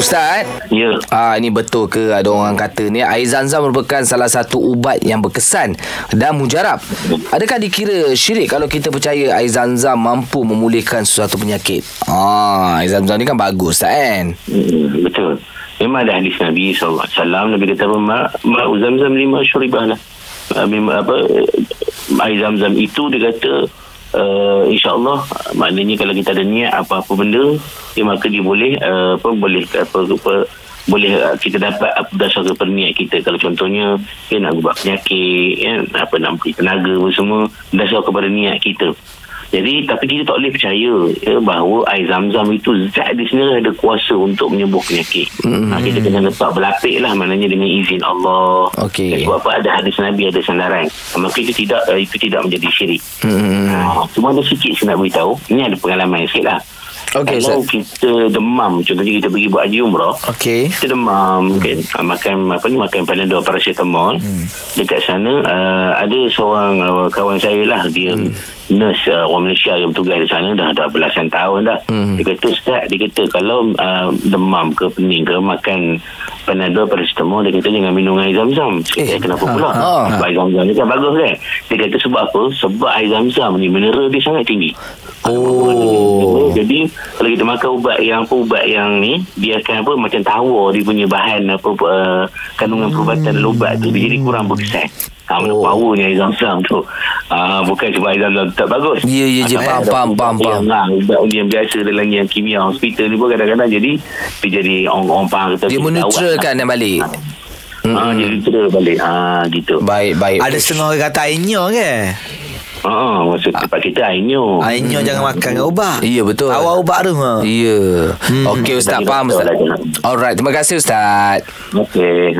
Ustaz Ya. Ah ini betul ke ada orang kata ni air zam-zam merupakan salah satu ubat yang berkesan dan mujarab. Adakah dikira syirik kalau kita percaya air zam-zam mampu memulihkan sesuatu penyakit? Ah air zam-zam ni kan bagus tak kan? Hmm, betul. Memang ada hadis Nabi SAW. Nabi kata apa? Ma, ma'u zamzam lima syuribana. Ah, mim- Apa, eh, air zamzam itu dia kata uh, insyaAllah maknanya kalau kita ada niat apa-apa benda ya, maka dia boleh uh, apa, boleh apa, apa boleh uh, kita dapat apa dasar perniat kita kalau contohnya ya, nak ubah penyakit ya, apa nak beri tenaga apa semua dasar kepada niat kita jadi tapi kita tak boleh percaya ya, bahawa air zam-zam itu zat di sendiri ada kuasa untuk menyembuh penyakit. Hmm. Mm-hmm. Ha, kita kena letak berlapik lah maknanya dengan izin Allah. Okey. Ya, Sebab apa ada hadis Nabi ada sandaran. Ha, Maka itu tidak eh, itu tidak menjadi syirik. Hmm. Ha, cuma ada sikit saya nak beritahu. Ini ada pengalaman sikit lah. Okey, Kalau Ustaz. kita demam contohnya kita pergi buat haji umrah Okey. kita demam kan Ah, makan apa ni makan panadol paracetamol hmm. dekat sana uh, ada seorang uh, kawan saya lah dia hmm. nurse uh, orang Malaysia yang bertugas di sana dah dah belasan tahun dah hmm. dia kata ustaz dia kata kalau uh, demam ke pening ke makan panadol paracetamol dia kata jangan minum air zam-zam Eh, eh, kenapa ha, pula ha, ha. air zam-zam ni kan bagus kan dia kata sebab apa sebab air zam-zam ni mineral dia sangat tinggi Oh. jadi kalau kita makan ubat yang apa ubat yang ni dia akan apa macam tawar dia punya bahan apa uh, kandungan perubatan dalam ubat tu dia jadi kurang berkesan. Ha, Hmm. Oh. oh. powernya air zam-zam tu. Ah, bukan sebab air zam-zam tak bagus. Ya, ya, je. Faham, Ada faham, ubat faham, faham. yang- Ha, ubat yang biasa dalam yang kimia hospital ni pun kadang-kadang jadi dia jadi orang-orang faham Dia kata kita awak. menetralkan dan balik. Ha, dia neutral balik. Ha, gitu. Baik baik. Ada setengah orang kata kan? airnya ke Ha, maksud tempat kita airnya. Airnya Hmm. jangan makan dengan ubat Ya, betul. Awal ubat tu ha. Ya. Okey ustaz Jadi, faham betul ustaz. lah, jangan. Alright terima kasih ustaz. Okey.